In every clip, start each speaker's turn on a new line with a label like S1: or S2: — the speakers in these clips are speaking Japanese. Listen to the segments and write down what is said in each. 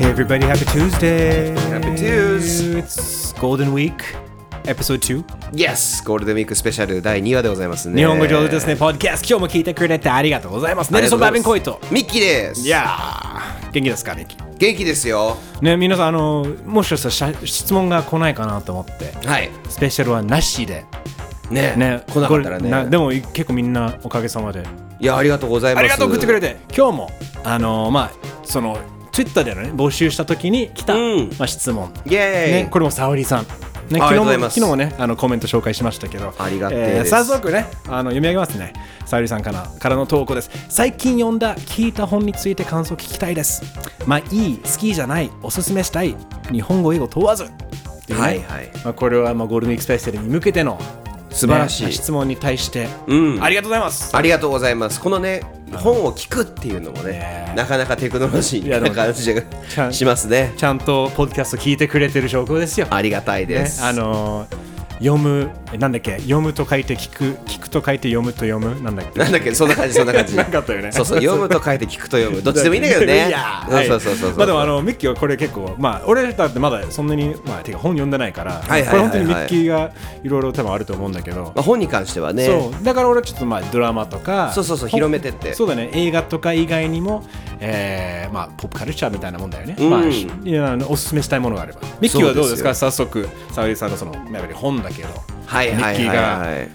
S1: everybody. Happy Tuesday.
S2: Happy Tues.
S1: It's Golden Week, Episode 2.
S2: Yes! ゴールデンウィークスペシャル第2話でございますね。
S1: 日本語上手ですね、ポッドキャスト。今日も聞いてくれてありがとうございます。ネルソン・バーベン・コイト。
S2: ミッキーです
S1: いやー、元気ですかね。
S2: 元気ですよ
S1: ね、皆さん、あの、もしかしたらしゃ質問が来ないかなと思って、
S2: はい。
S1: スペシャルはなしで。
S2: ね
S1: ね、
S2: 来なかったら
S1: これな
S2: ね。
S1: でも結構みんなおかげさまで。
S2: いや、ありがとうございます。
S1: ありがとう送ってくれ
S2: て。
S1: て今日もあのまあそのツイッターでのね募集した時に来た、
S2: うん
S1: まあ、質問、
S2: イェーイ、
S1: ね、これも沙織さん、ね、
S2: あ
S1: 昨
S2: りがと
S1: 日も昨
S2: うございます
S1: 日もねあのコメント紹介しましたけど
S2: ありがてえです
S1: 早速ねあの読み上げますね沙織さんからからの投稿です最近読んだ聞いた本について感想聞きたいですまあいい好きじゃないおすすめしたい日本語英語問わずってうね
S2: はいはい
S1: まあ、これはまあゴールデンウィークスペシャルに向けての
S2: 素晴らしい
S1: ね質問に対して、
S2: うん
S1: ありがとうございます
S2: ありがとうございます。このね、本を聞くっていうのも
S1: ね
S2: ね、なかなかテクノロジーな感じ
S1: ちゃん
S2: がしますね。
S1: ちゃんとポッドキャスト聞いてくれてる証拠ですよ。
S2: ありがたいで
S1: ね、
S2: す。
S1: あのー読むえなんだっけ読むと書いて聞く聞くと書いて読むと読むなんだっけ
S2: なんだっけ、そんな感じ、そんな感 じ。
S1: なかったよね
S2: そうそう、読むと書いて聞くと 読む。どっちでもいいんだけどね
S1: いや。ー
S2: そうそうそうそう
S1: はいまあでもあのミッキーはこれ結構まあ俺だってまだそんなにまあてか本読んでないから、
S2: いはいはいはい
S1: これ本当にミッキーがいろいろ多分あると思うんだけど
S2: ま。あ本に関してはね。
S1: そうだから俺はちょっとまあドラマとか
S2: そうそうそう
S1: ほん
S2: 広めてって
S1: そうだね映画とか以外にも、えーまあ、ポップカルチャーみたいなもんだよね、
S2: うん
S1: まあ、ひいやあのおすすめしたいものがあればミッキーはどうですか早
S2: そ
S1: 速沙織さんのそのやっぱり本だけど
S2: はいはいはいはい、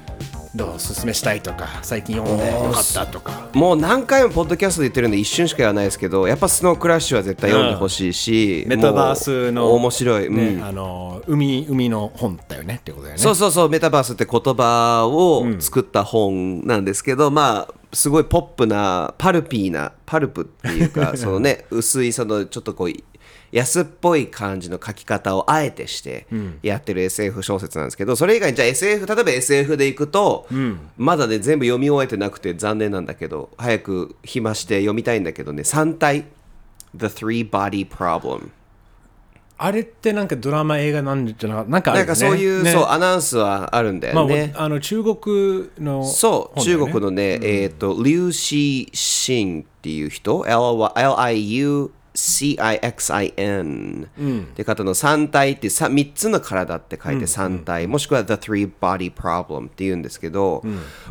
S1: どうおすすめしたいとか最近読んでよかったとか
S2: もう何回もポッドキャストで言ってるんで一瞬しか言わないですけどやっぱ「スノークラッシュ」は絶対読んでほしいし、
S1: メタバース
S2: も
S1: の
S2: う面白い、うん
S1: ねあの海海の本だよねってことだよね
S2: そうそうそうメタバースって言葉を作った本なんですけど、まあすごいポップなパルピーなパルプっていう かそのね薄いそのちょっとこう安っぽい感じの書き方をあえてしてやってる SF 小説なんですけどそれ以外にじゃあ SF 例えば SF でいくと、まだね全部読み終えてなくて残念なんだけど早く暇して読みたいんだけどね3体「The Three Body Problem」
S1: あれってなんかドラマ映画なんじゃなかなんかあるよ
S2: なん
S1: ね
S2: かそういう、
S1: ね
S2: そうアナウンスはあるんだ
S1: まあ
S2: よね、
S1: おあの中国の
S2: そう、
S1: 本だよ
S2: 中
S1: ね
S2: 国のね、えっ、と、劉詩ンっていう人、L- L-I-U-C-I-X-I-N、って方の三体ってさ三つの体って書いて三体、もしくは The Three Body Problem って言うんですけど、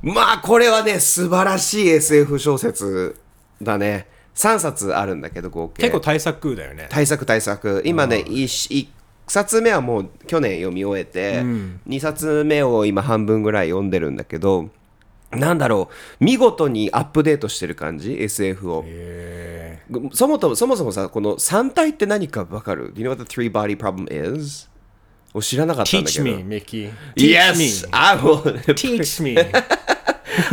S2: まあこれはね、素晴らしい SF 小説だね。3冊あるんだけど、合計。
S1: 結構対策だよね
S2: 対策対策今ね 1, 冊目はもう去年読み終えて、2冊目を今半分ぐらい読んでるんだけどなんだろう見事にアップデートしてる感じ SF をそもそもそもそもさこの3体って何か分かる Do you know what the three body problem is? を知らなかったんだけ
S1: Teach
S2: ど
S1: me, Mickey.
S2: Yes!
S1: me.
S2: I will
S1: Teach me.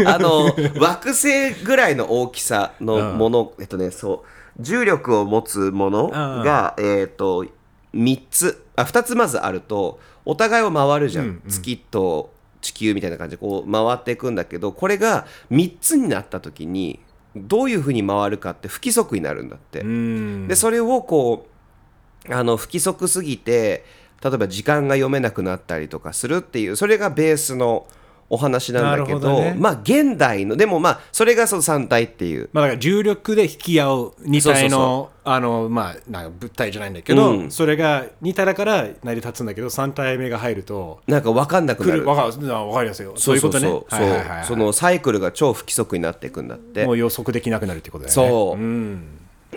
S2: あの惑星ぐらいの大きさのもの、えっとねそう重力を持つものが、えっと3つあ2つまずあるとお互いを回るじゃん、月と地球みたいな感じでこう回っていくんだけどこれが3つになった時にどういうふうに回るかって不規則になるんだって。
S1: うん
S2: でそれをこうあの不規則すぎて例えば時間が読めなくなったりとかするっていうそれがベースのお話なんだけど
S1: なるほどね
S2: まあ現代のでもまあそれがその3体っていう
S1: まあ、だから重力で引き合う2体の
S2: そうそ
S1: あの、まあ、なんか物体じゃないんだけど、
S2: うん
S1: それが2体だから成り立つんだけど3体目が入ると
S2: なんか分かんなく
S1: 来
S2: な
S1: る
S2: る
S1: わかるわかりますよそういうことね
S2: そうそ
S1: は
S2: うそ
S1: いうはいはいはい
S2: そのサイクルが超不規則になっていくんだって
S1: もう予測できなくなるってことだよね
S2: そう、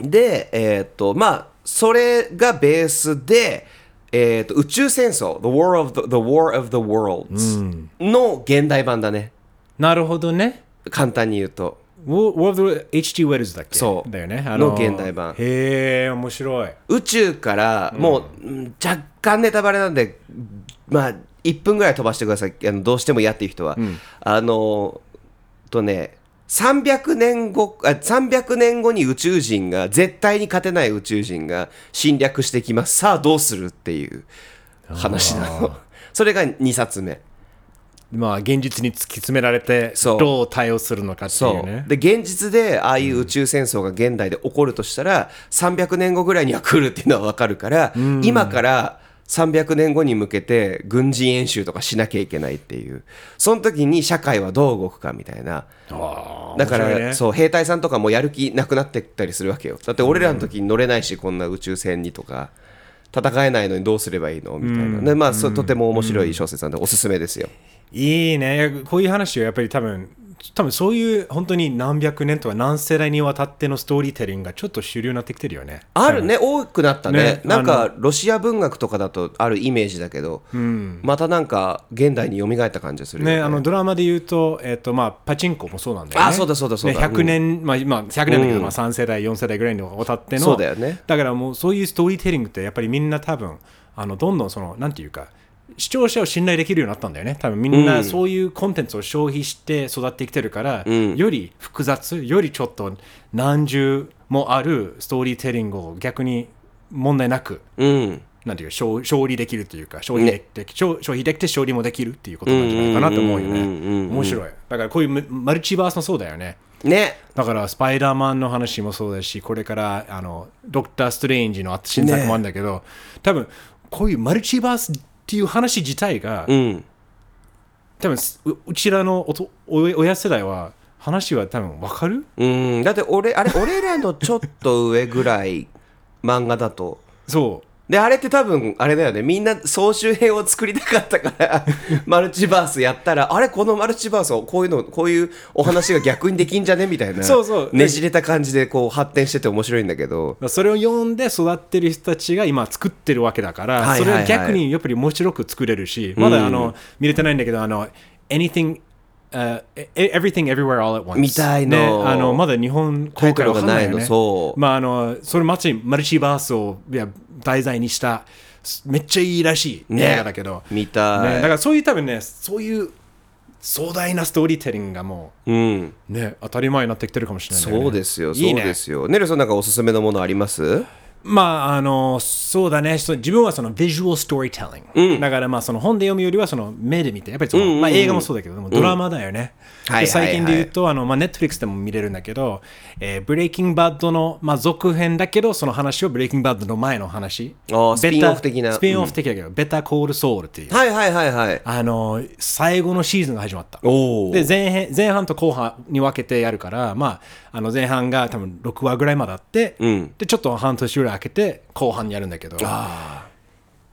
S2: でえーっとまあそれがベースで、えーっと宇宙戦争 the war, of the, the war of the Worlds の現代版だね
S1: なるほどね
S2: 簡単に言うと
S1: World War HG ウェルズだっけ
S2: そう
S1: だよねあ
S2: の現代版
S1: へえ面白い
S2: 宇宙からもう、うん若干ネタバレなんでまあ1分ぐらい飛ばしてくださいあのどうしても嫌っていう人は、あのとね300年後あ300年後に宇宙人が絶対に勝てない宇宙人が侵略してきますさあどうするっていう話なのそれが2冊目
S1: まあ現実に突き詰められて
S2: そう
S1: どう対応するのかってい
S2: そう
S1: ね
S2: うで現実でああいう宇宙戦争が現代で起こるとしたら、300年後ぐらいには来るっていうのは分かるから、今から300年後に向けて軍事演習とかしなきゃいけないっていうその時に社会はどう動くかみたいなだから、そう兵隊さんとかもやる気なくなってったりするわけよだって俺らの時に乗れないし、こんな宇宙船にとか戦えないのにどうすればいいのみたいな、でまあそうとても面白い小説なんでおすすめですよ、
S1: いいねこういう話をやっぱり多分多分そういう本当に何百年とか何世代にわたってのストーリーテリングがちょっと主流になってきてるよね
S2: あるね、多くなったね
S1: ね
S2: なんかロシア文学とかだとあるイメージだけど、またなんか現代に蘇った感じがするよね
S1: ね、あのドラマで言うと,、えっとまあ、パチンコもそうなんだよね。
S2: あそうだそうだそうだ
S1: ね、100年、まあ、今100年だけど、まあ、3世代4世代ぐらいにわたっての
S2: そうだよね
S1: からもうそういうストーリーテリングってやっぱりみんな多分あのどんどんそのなんていうか視聴者を信頼できるようになったんだよね多分みんなそういうコンテンツを消費して育ってきてるから、より複雑よりちょっと何重もあるストーリーテリングを逆に問題なく
S2: うん
S1: なんていうか勝勝利できるというか消費できて、消消費できて勝利もできるっていうことなんじゃないかなと思うよね
S2: うんうんうんうんうん
S1: 面白いだからこういうママルチバースもそうだよね
S2: ね
S1: だからスパイダーマンの話もそうだしこれからあのドクター・ストレインジの新作もあるんだけど、多分こういうマルチバースっていう話自体が、
S2: うん
S1: 多分すううちらのおとお親世代は話は多分わかる
S2: うんだって俺あれ俺らのちょっと上ぐらい漫画だと
S1: そう
S2: であれって多分あれだよねみんな総集編を作りたかったから マルチバースやったらあれこのマルチバースはこういうのこういうお話が逆にできんじゃねみたいな
S1: そうそう
S2: ねじれた感じでこう発展してて面白いんだけど
S1: だからそれを読んで育ってる人たちが今作ってるわけだから、
S2: はいはいはい
S1: それは逆にやっぱり面白く作れるし、まだあの見れてないんだけど、あの anything、uh, everything everywhere all at once
S2: 見たいの
S1: ね、あのまだ日本
S2: タイトル
S1: 公
S2: が
S1: 開わかん
S2: ない
S1: よ
S2: の
S1: ね
S2: そう
S1: まああのそれマチマルチバースをいや題材にしたすめっちゃいいらしい
S2: ね
S1: 映画だけど、
S2: 見た
S1: ね
S2: い
S1: だからそういう多分ねそういう壮大なストーリーテリングがも
S2: うん
S1: うね当たり前になってきてるかもしれないんだよね、
S2: そうですよ
S1: い
S2: そ
S1: いうね
S2: ですよネルソンなんかおすすめのものあります
S1: まああのそうだねそう自分はそのビジュアルストーリーテリング、だからまあその本で読むよりはその目で見てやっぱりその、
S2: うんうんうん
S1: まあ、映画もそうだけどでもドラマだよね、
S2: はいはいは
S1: で
S2: い
S1: 最近で言うとあの、まあ、Netflix でも見れるんだけど、えーブレイキングバッドの、まあ、続編だけどその話をブレイキングバッドの前の話
S2: あ
S1: ベ
S2: ー
S1: タ
S2: スピンオフ的な
S1: スピンオフ的だけど、ベタコールソウルっていう、
S2: はいはいはいはい
S1: あの最後のシーズンが始まった
S2: おお
S1: で前編前半と後半に分けてやるから、まあ、あの前半が多分6話ぐらいまであって、
S2: うん
S1: でちょっと半年ぐらい空けて後半にやるんだけど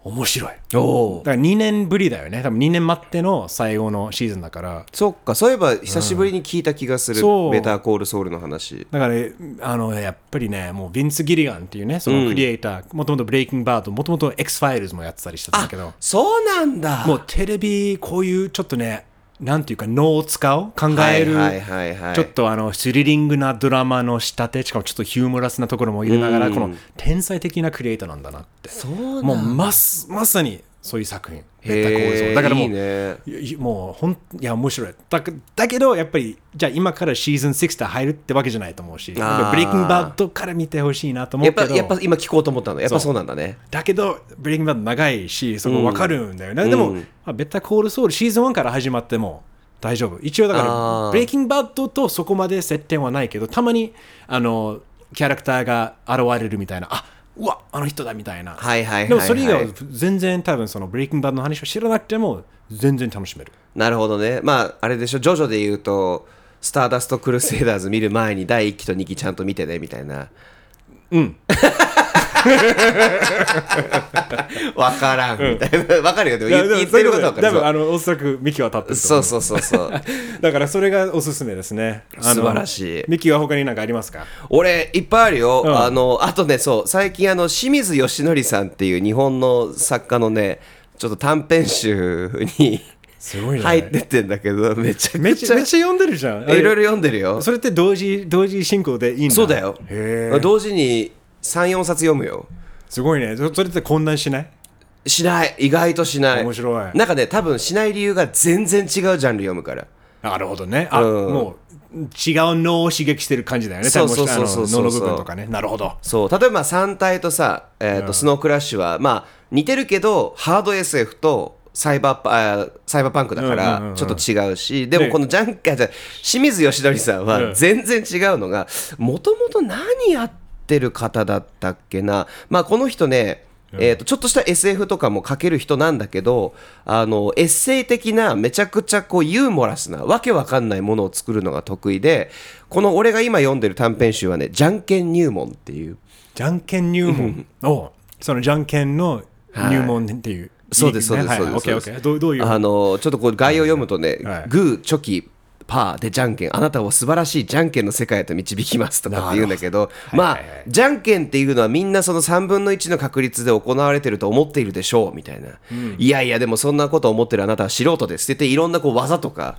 S1: 面白いだ
S2: おー
S1: から2年ぶりだよね多分2年待っての最後のシーズンだから
S2: そっかそういえば久しぶりに聞いた気がする、
S1: そう
S2: ベターコールソウルの話
S1: だからあのやっぱりねもうビンス・ギリガンっていうねそのクリエイターもともとブレイキングバードもともと X ファイルズもやってたりしてたんだけど
S2: そうなんだ
S1: もうテレビこういうちょっとねなんていうか脳を使う考える、
S2: はいはいはいはい
S1: ちょっとあのスリリングなドラマの仕立てしかもちょっとヒューモラスなところも入れながら、この天才的なクリエイターなんだなって
S2: そう
S1: もうますまさにそういう作品
S2: へー
S1: ベタ構造だからもう
S2: いいね
S1: いいもうほんいや面白いだだけどやっぱりじゃあ今からシーズン6で入るってわけじゃないと思うしブ
S2: あー
S1: レイキングバッドから見てほしいなと思
S2: や
S1: う
S2: っぱ
S1: けど
S2: やっぱ今聞こうと思ったのやっぱそうなんだね
S1: だけどブレイキングバッド長いしそこ分かるんだよね、でも、まあ、ベタコールソウルシーズン1から始まっても大丈夫一応だか
S2: あ
S1: ら
S2: ー
S1: ブレイキングバッドとそこまで接点はないけどたまにあのキャラクターが現れるみたいなあうわあの人だみたいな、
S2: はいはいはいはい
S1: でもそれ以外は全然多分そのブレイキングバッドの話を知らなくても全然楽しめる
S2: なるほどねまああれでしょジョジョで言うとスターダストクルセイダーズ見る前に第1期と2期ちゃんと見てねみたいなうんわからんみたいなわかるよでも言言ってることはわか
S1: 多分
S2: る
S1: あのおそらくミキは立ってると
S2: そ
S1: 思
S2: うそうそうそうそう
S1: うだからそれがおすすめですねあの
S2: 素晴らしい
S1: ミキは他に何かありますか
S2: 俺いっぱいあるよ、
S1: ん
S2: あのあとねそう最近あの清水義則さんっていう日本の作家のねちょっと短編集に
S1: すごいね
S2: 入ってってんだけどめちゃ
S1: め
S2: く
S1: っち
S2: ち
S1: ゃ
S2: ゃ
S1: めっちゃ読んでるじゃんあ
S2: い
S1: れ
S2: ろいろ読んでるよ
S1: それって同時同時進行でいいんだ
S2: そうだよ
S1: へえ
S2: 同時に34冊読むよ
S1: すごいねそそれって混乱しない
S2: しない意外としない
S1: 面白い
S2: なんかね多分しない理由が全然違うジャンル読むから
S1: なるほどねあ、
S2: うん
S1: もう違う脳を刺激してる感じだよね
S2: そうそうそうそう
S1: 多分もしあの脳
S2: そうそうそう
S1: の部分とかねなるほど
S2: そう例えば三体とさ、えーとスノークラッシュはまあ似てるけどハード SF とサイバーパあーサイバーパンクだか
S1: うんうんうん
S2: らちょっと違うし、でもこのジャンカーじゃ清水義則さん
S1: うん
S2: は全然違うのがもともと何やってる方だったっけなまあこの人ねえー、とちょっとした SF とかも書ける人なんだけどあのエッセイ的なめちゃくちゃこうユーモラスなわけわかんないものを作るのが得意でこの俺が今読んでる短編集はね「じゃんけん入門」っていう
S1: じゃんけん入門おうそのじゃんけんの入門っていう、
S2: そうです
S1: いいね
S2: そうです
S1: はいはい
S2: そうです
S1: オッケーオッケーどうどういう
S2: あのちょっとこう概要読むとね
S1: はい
S2: 「グーチョキパーでじゃんけんあなたを素晴らしいじゃんけんの世界へと導きます」とかって言うんだけどまあじゃんけんっていうのはみんなその3分の1の確率で行われてると思っているでしょうみたいな「いやいやでもそんなこと思ってるあなたは素人です」って言っていろんなこう技とか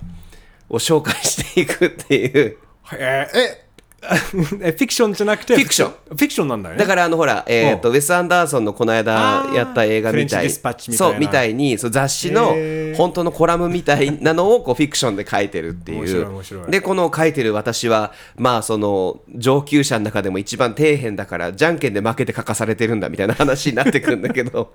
S2: を紹介していくっていう。
S1: えーええフィクションじゃなくて
S2: フィクション
S1: フィクションなんだよね
S2: だからあのほら、えー、とウェス・アンダーソンのこの間
S1: あー
S2: やった映画み
S1: フ
S2: た
S1: レンチデ
S2: い
S1: ィスパッチみたいな
S2: そうみたいにそう雑誌の
S1: へー
S2: 本当のコラムみたいなのをこうフィクションで書いてるっていう
S1: 面白い面白い
S2: でこの書いてる私はまあその上級者の中でも一番底辺だからじゃんけんで負けて書かされてるんだみたいな話になってくるんだ けど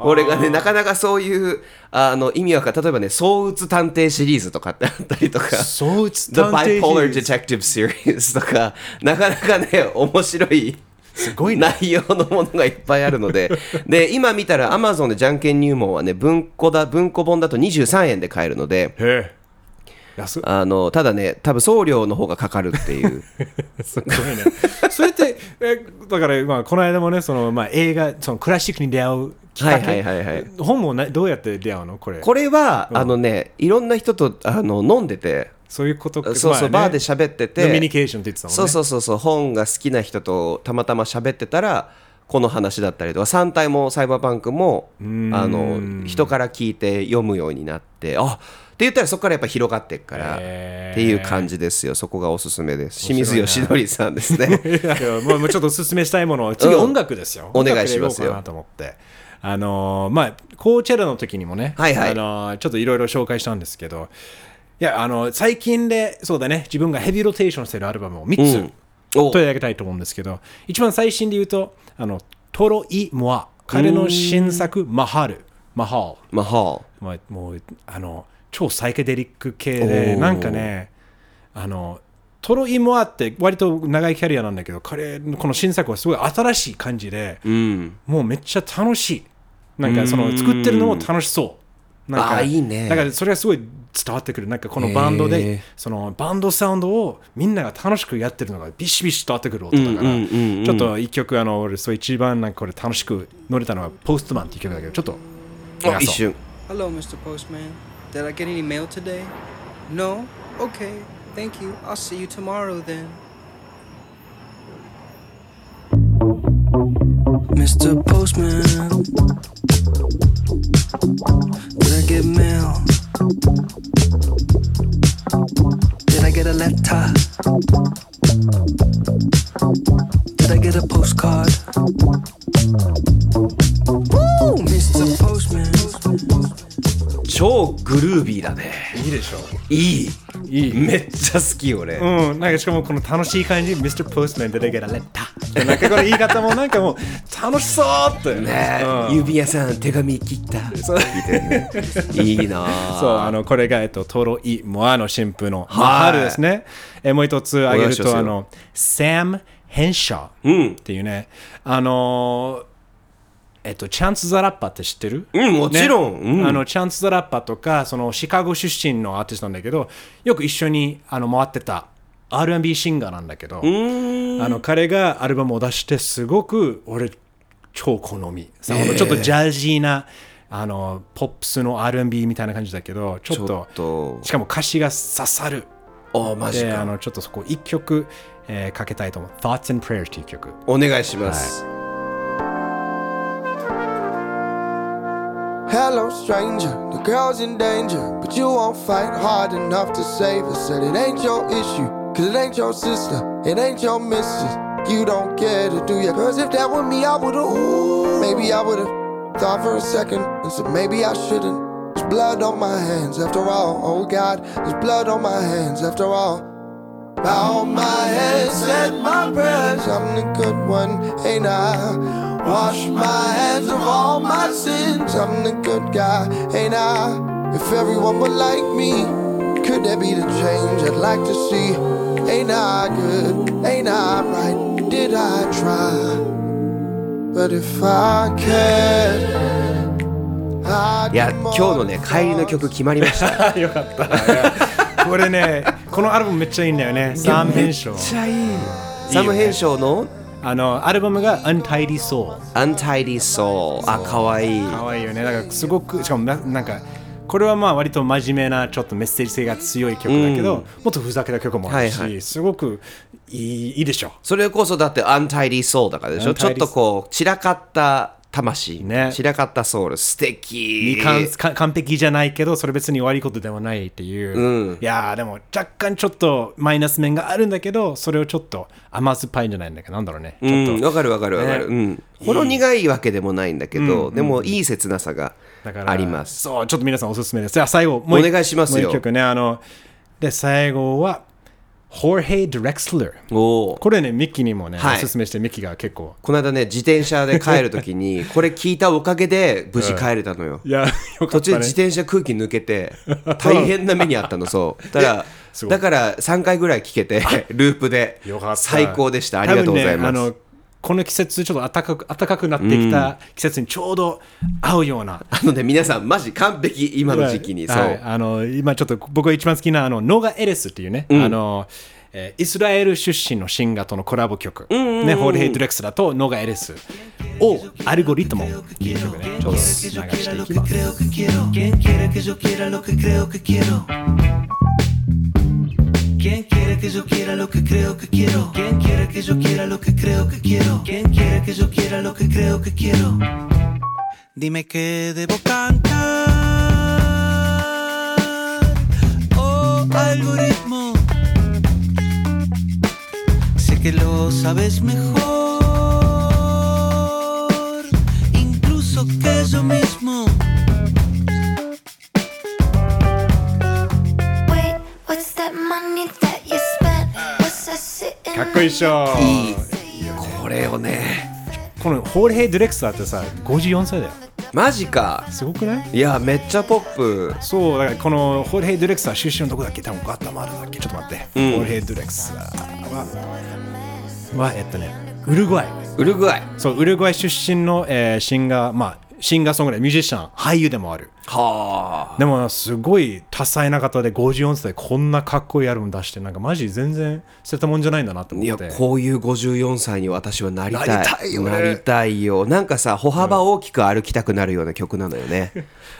S2: 俺がねなかなかそういうあの意味わかん例えばね「躁鬱探偵」シリーズとかってあったりとか
S1: そう打つ
S2: The
S1: 探偵
S2: Bipolar
S1: シリーズ
S2: Detective Series とか、なかなかね、面白い。
S1: すごいね
S2: 内容のものがいっぱいある のでで今見たら Amazon でじゃんけん入門はね文庫だ文庫本だと23円で買えるので
S1: へえ安っ
S2: あのただね多分送料の方がかかるっていう
S1: すごいね。それって、えだから、まあ、この間もね、そのまあ、映画、そのクラシックに出会うきっかけ、
S2: はいはいはいはい
S1: 本もなどうやって出会うのこれ
S2: これは、あのねいろんな人とあの飲んでて
S1: そういうこと
S2: そうそう、バーで喋ってて
S1: コミュニケーションって言ってたもんね。
S2: そうそうそうそう本が好きな人とたまたま喋ってたらこの話だったりとか3体もサイバーパンクもあの人から聞いて読むようになってあって言ったらそこからやっぱ広がっていくからっ
S1: へー
S2: ていう感じですよそこがおすすめです清水
S1: 面
S2: 義則さんで すね
S1: いやいやもうもうちょっとおすすめしたいものは次
S2: うん
S1: 音楽ですよ、
S2: お願いしますよ
S1: 音楽でいこうかなと思ってあのーまあコーチェラの時にもね、
S2: はいはい
S1: あのーちょっといろいろ紹介したんですけどいやあの最近でそうだね自分がヘビーロテーションしてるアルバムを3つ
S2: お
S1: 取り上げたいと思うんですけど、一番最新で言うとあのトロイ・モア彼の新作マハルマハル
S2: まあは
S1: まあ、もうあの超サイケデリック系で
S2: おー
S1: なんかねあのトロイモアって割と長いキャリアなんだけど彼のこの新作はすごい新しい感じで
S2: あうん
S1: もうめっちゃ楽しいなんかその作ってるのも楽しそうなん
S2: あ
S1: か
S2: ーいいね
S1: だからそれがすごい伝わってくるなんかこのバンド
S2: へー
S1: でそのバンドサウンドをみんなが楽しくやってるのがビシビシ伝わってくる音だから
S2: うんうんうんうん
S1: ちょっと一曲あの俺そう一番なんかこれ楽しく乗れたのは「ポストマン」っていう曲だけどちょっと流そう
S2: あ一瞬
S3: Hello, Mr. Postman. Did I get any mail today? No? Okay, thank you. I'll see you tomorrow then. Mr. Postman, did I get mail? Did I get a letter? Did I get a postcard? Woo! Mr. Postman.
S2: 超グルービーだね
S1: いいでしょ
S2: いい
S1: いい
S2: めっちゃ好き俺、
S1: うん、なんかしかもこの楽しい感じ、Mr. Postman 出てけられた。なんかこの言い方もなんかもう楽しそうって。
S2: ねえ
S1: うん
S2: 指輪さん手紙切ったそう聞いてるねいいなあ
S1: そう あのこれが、えっと、トロイ・モアの新婦の
S2: い
S1: 春ですね。えもう一つ挙げる
S2: お願いします
S1: と、
S2: よ
S1: あの、サム・ヘンシャ
S2: うん
S1: ーっていうね、あのー、えっと、チャンス・ザ・ラッパーって知ってる
S2: うんもちろん
S1: ね
S2: うん
S1: あのチャンス・ザ・ラッパーとかそのシカゴ出身のアーティストなんだけどよく一緒にあの回ってた R&B シンガーなんだけど、あの彼がアルバムを出してすごく俺超好み、さほんとちょっとジャージーなあのポップスの R&B みたいな感じだけどちょっ
S2: ちょ
S1: と
S2: っと
S1: しかも歌詞が刺さる
S2: おマジ
S1: であ
S2: か
S1: のちょっとそこ1曲、えーかけたいと思う「Thoughts and Prayers」っていう曲
S2: お願いします、
S4: Hello, stranger. The girl's in danger, but you won't fight hard enough to save her. Said it ain't your issue, cause it ain't your sister, it ain't your missus. You don't care to do ya. Cause if that were me, I would've, ooh, maybe I would've thought for a second and said maybe I shouldn't. There's blood on my hands after all. Oh God, there's blood on my hands after all. Bow my head, said my prayers. I'm the good one, ain't I? Wash my hands of all my sins. I'm the good guy, ain't I? If everyone were like me, could that be the change I'd like to see? Ain't I good? Ain't I right? Did I try? But if I could,
S2: いや今日のね帰りの曲決まりま した
S1: よかった。これね、このアルバムめっちゃいいんだよね。三編集。
S2: ゃいいサム編集の
S1: あのアルバムが Untidy Soul。
S2: 「Untidy Soul」あ可愛いい
S1: 可愛いよね。だからすごくしかもななんか。これはまあ割と真面目なちょっとメッセージ性が強い曲だけど、もっとふざけた曲もあるし、
S2: はいは
S1: すごくいいいいでしょ
S2: それこそだって「Untidy Soul」だからでしょ
S1: Untidy
S2: ちょっとこう散らかった魂、
S1: ね
S2: 散らかったソウル素敵
S1: 未完か完璧じゃないけどそれ別に悪いことではないっていう、いやーでも若干ちょっとマイナス面があるんだけどそれをちょっと甘酸っぱいんじゃないんだけどなんだろうねちょっと、
S2: うん、わかるわかるわかる、
S1: ね
S2: うん、ほろ苦いわけでもないんだけど、でもいい切なさが
S1: だから
S2: あります
S1: そうちょっと皆さんおすすめですじゃあ最後もう一
S2: お願いしますよ
S1: もう一曲ねあので最後は Jorge Drexler
S2: おー
S1: これねミッキーにもね、
S2: はい
S1: おすすめしてミッキーが結構
S2: この間ね自転車で帰るとき にこれ聞いたおかげで無事帰れたのよ、
S1: いやよか
S2: 途
S1: った
S2: 中
S1: ね
S2: で自転車空気抜けて大変な目にあったのそうだから
S1: す ごい
S2: だから3回ぐらい聞 けてループで
S1: よかった
S2: 最高でしたありがとうございま
S1: 多分ね
S2: す、
S1: あのこの季節ちょっと暖かく暖かくなってきた季節にちょうど合うような、
S2: あのね皆さんマジ完璧今の時期に、
S1: はい
S2: そう、
S1: はいあの今ちょっと僕が一番好きなあのノガ・エレスっていうね、あのえーイスラエル出身のシンガーとのコラボ曲、ね、ホールヘイ・ドレクスラとノガ・エレスをアルゴリトムっていう曲でちょうど流していきます。
S5: ¿Quién quiere que yo quiera lo que creo que quiero? ¿Quién quiere que yo quiera lo que creo que quiero? ¿Quién quiere que yo quiera lo que creo que quiero? ¿Quién quiere que yo quiera lo que creo que quiero? Dime que debo cantar. Oh, algoritmo. Sé que lo sabes mejor. Incluso que yo mismo.
S6: Wait, what's that money that you spent? What's that sitting
S1: かっこいいっしょ
S2: いいこれをね
S1: このホールヘイ・ドレクスラってさ54歳だよ
S2: マジか
S1: すごくない
S2: いやめっちゃポップ
S1: そうだからこのホールヘイ・ドレクスラ出身のとこだっけ多分ガッタマールだっけちょっと待って、ホールヘイ・ドレクスラははえっとねウルグアイ
S2: ウルグアイ
S1: そうウルグアイ出身の、えーシンガー、まあ、シンガーソングライターミュージシャン俳優でもある
S2: はあ
S1: でもすごい多彩な方で54歳でこんなかっこいいアルバム出してなんかマジ全然捨てたもんじゃないんだなと
S2: い
S1: 思
S2: や
S1: って
S2: こういう54歳に私はなりたい
S1: なりたいよね
S2: なりたいよなんかさ歩幅大きく歩きたくなるような曲なのよね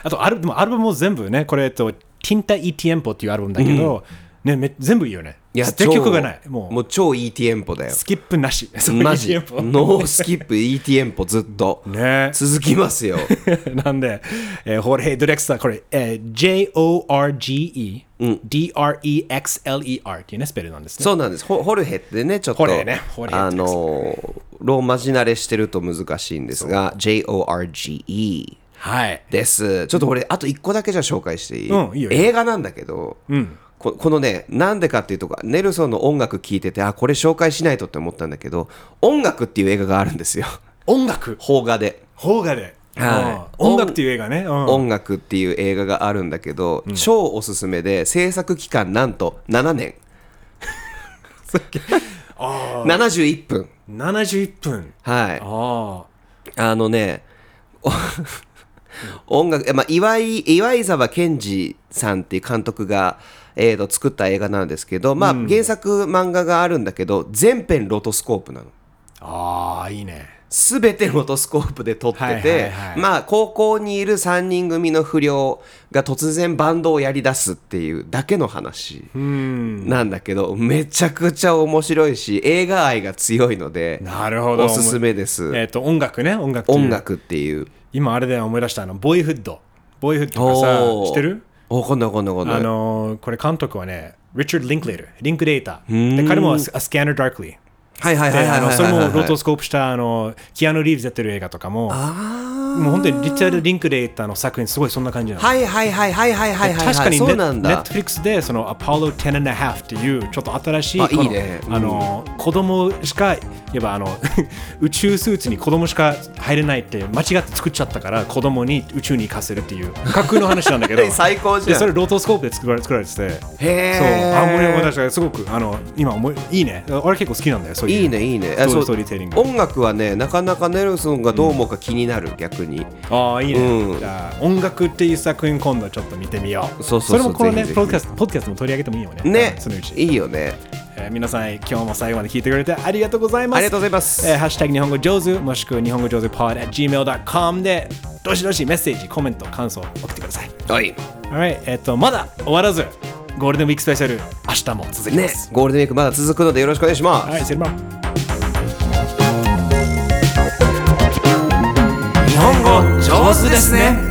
S1: あとアルでもアルバムも全部ねこれえっと「ティンタ・イ・ティエンポ」っていうアルバムだけど、ね、め全部いいよね
S2: いや
S1: 捨て曲がないもう
S2: もう超いいティエンポだよ
S1: スキップなし そう
S2: マジ
S1: イ
S2: ノ
S1: ティエンポ
S2: ースキップいいティエンポずっと
S1: ね
S2: 続きます よ
S1: なんで、えーホールヘイ・ドレクスラー、これ、えー J-O-R-G-E、D-R-E-X-L-E-R っていうね、スペルなんですね。
S2: そうなんですホホルヘってねちょっと
S1: ホルヘねホルヘ
S2: あのローマ字慣れしてると難しいんですが JORGE
S1: はい。
S2: です。ちょっと俺、あと1個だけじゃ紹介していい、
S1: うんいいよいいよ
S2: 映画なんだけど、こ、このね、なんでかっていうとこネルソンの音楽聴いてて、あ、これ紹介しないとって思ったんだけど、音楽っていう映画があるんですよ。
S1: 音楽、
S2: 邦画で。
S1: 邦画で、
S2: はい
S1: うん音楽っていう映画ね。うん
S2: 音楽っていう映画があるんだけど、超おすすめで、制作期間なんと7年。71分。
S1: 71分。
S2: はい。
S1: あ
S2: あのね、お音楽、えまあ、岩井、岩井沢健二さんっていう監督が、えーと、作った映画なんですけど、まあ、原作漫画があるんだけど、全編ロトスコープなの。
S1: あ。ああ、いいね。
S2: すべてロトスコープで撮ってて、
S1: はいはいはい
S2: まあ、高校にいる3人組の不良が突然バンドをやり出すっていうだけの話なんだけど、めちゃくちゃ面白いし、映画愛が強いので、
S1: なるほど。
S2: おすすめです。
S1: えっ、と、音楽ね、音楽っていう
S2: 音。楽っていう。
S1: 今、あれで思い出した、あの、ボーイフッド。ボーイフッドがさ、
S2: おー
S1: 知ってる
S2: おこんないこんないこんない
S1: あのーこれ監督はね、リチャード・リンクレーター、リンクレーター。で、彼もスキャナー・ダークリー。
S2: はいはい
S1: で
S2: はいはい
S1: あ
S2: はい
S1: の
S2: はい
S1: それもロトスコープしたあのキアヌ・リーブズやってる映画とかももう本当にリチャード・リンクレーターの作品すごいそんな感じなの、
S2: はいはいはいはいはいはいはい、はい、
S1: 確かに
S2: そ
S1: ネ
S2: うなん
S1: ネッ
S2: だ
S1: トフリックスでそのアポロ10 and a half っていうちょっと新しい
S2: あ
S1: この
S2: いいねうん
S1: あの子供しかいえばあの 宇宙スーツに子供しか入れないって間違って作っちゃったから子供に宇宙に行かせるっていう架空の話なんだけど
S2: 最高じゃん
S1: でそれロートスコープで作られ作られてて
S2: へー
S1: そうあもう思い出したけどすごくあの今思いいいね俺結構好きなんだよそういう
S2: いいねいいね
S1: ストーリー
S2: そう
S1: ストーリーテリング
S2: 音楽はねなかなかネルソンがどう思うか気になる、逆に
S1: ああいいね、
S2: うん
S1: じゃあ音楽っていう作品今度ちょっと見てみよう
S2: そうそうそう
S1: れもこの
S2: ぜ
S1: ね
S2: ひぜひ
S1: ポッドキャストポッドキャストも取り上げてもいいよね
S2: ね
S1: うんそのうち
S2: いいよね
S1: えー皆さん今日も最後まで聞いてくれてありがとうございます
S2: ありがとうございます
S1: えーハッシュタグ日本語上手もしくは日本語上手 pod at gmail.com でどしどしメッセージコメント感想を送ってください
S2: はい、
S1: はいえっ、とまだ終わらずゴールデンウィークスペシャル明日も続きま
S2: ね
S1: す、
S2: ゴールデンウィークまだ続くのでよろしくお願いします、
S1: はいセルマン
S2: 日本語上手ですね